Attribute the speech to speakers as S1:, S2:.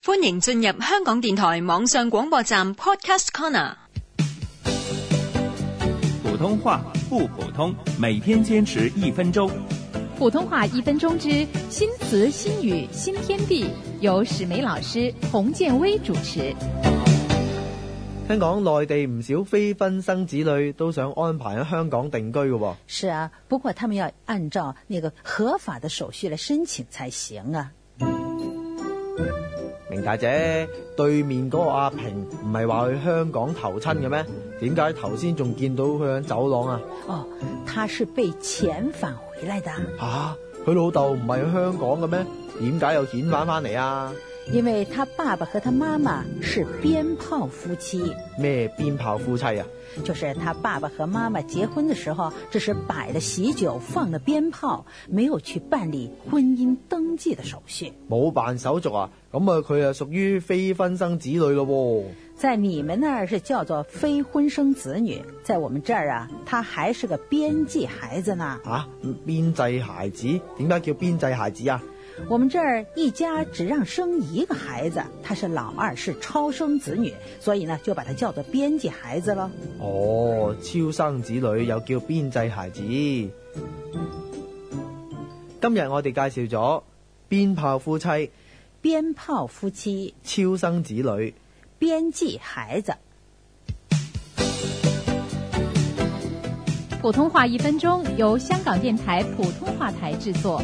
S1: 歡迎進入香港電台網上廣播站 Podcast Corner。
S2: 普通话不普通，每天坚持一分钟。
S3: 普通话一分钟之新词新语新天地，由史梅老师、洪建威主持。
S4: 聽講內地唔少非婚生子女都想安排喺香港定居嘅喎，
S5: 是啊，不过他们要按照那个合法的手续来申请才行啊。
S4: 明大姐，對面嗰個阿平唔係話去香港投親嘅咩？點解頭先仲見到佢喺走廊啊？
S5: 哦，他是被遣返回来的，啊
S4: 吓、啊佢老豆唔係去香港嘅咩？點解又遣返翻嚟啊？
S5: 因为他爸爸和他妈妈是鞭炮夫妻，
S4: 咩鞭炮夫妻啊？
S5: 就是他爸爸和妈妈结婚的时候，只是摆了喜酒，放了鞭炮，没有去办理婚姻登记的手续。
S4: 冇辦手續啊？咁啊，佢啊屬於非婚生子女咯喎。
S5: 在你们那儿是叫做非婚生子女，在我们这儿啊，他还是个边际孩子呢。
S4: 吓、啊邊制孩子？點解叫邊制孩子啊？
S5: 我们这儿一家只让生一个孩子，他是老二，是超生子女，所以呢就把他叫做边际孩子了。
S4: 哦，超生子女又叫邊際孩子。今日我哋介紹咗鞭炮夫妻、
S5: 鞭炮夫妻，
S4: 超生子女。
S5: 边际孩子。
S3: 普通话一分钟由香港电台普通话台制作。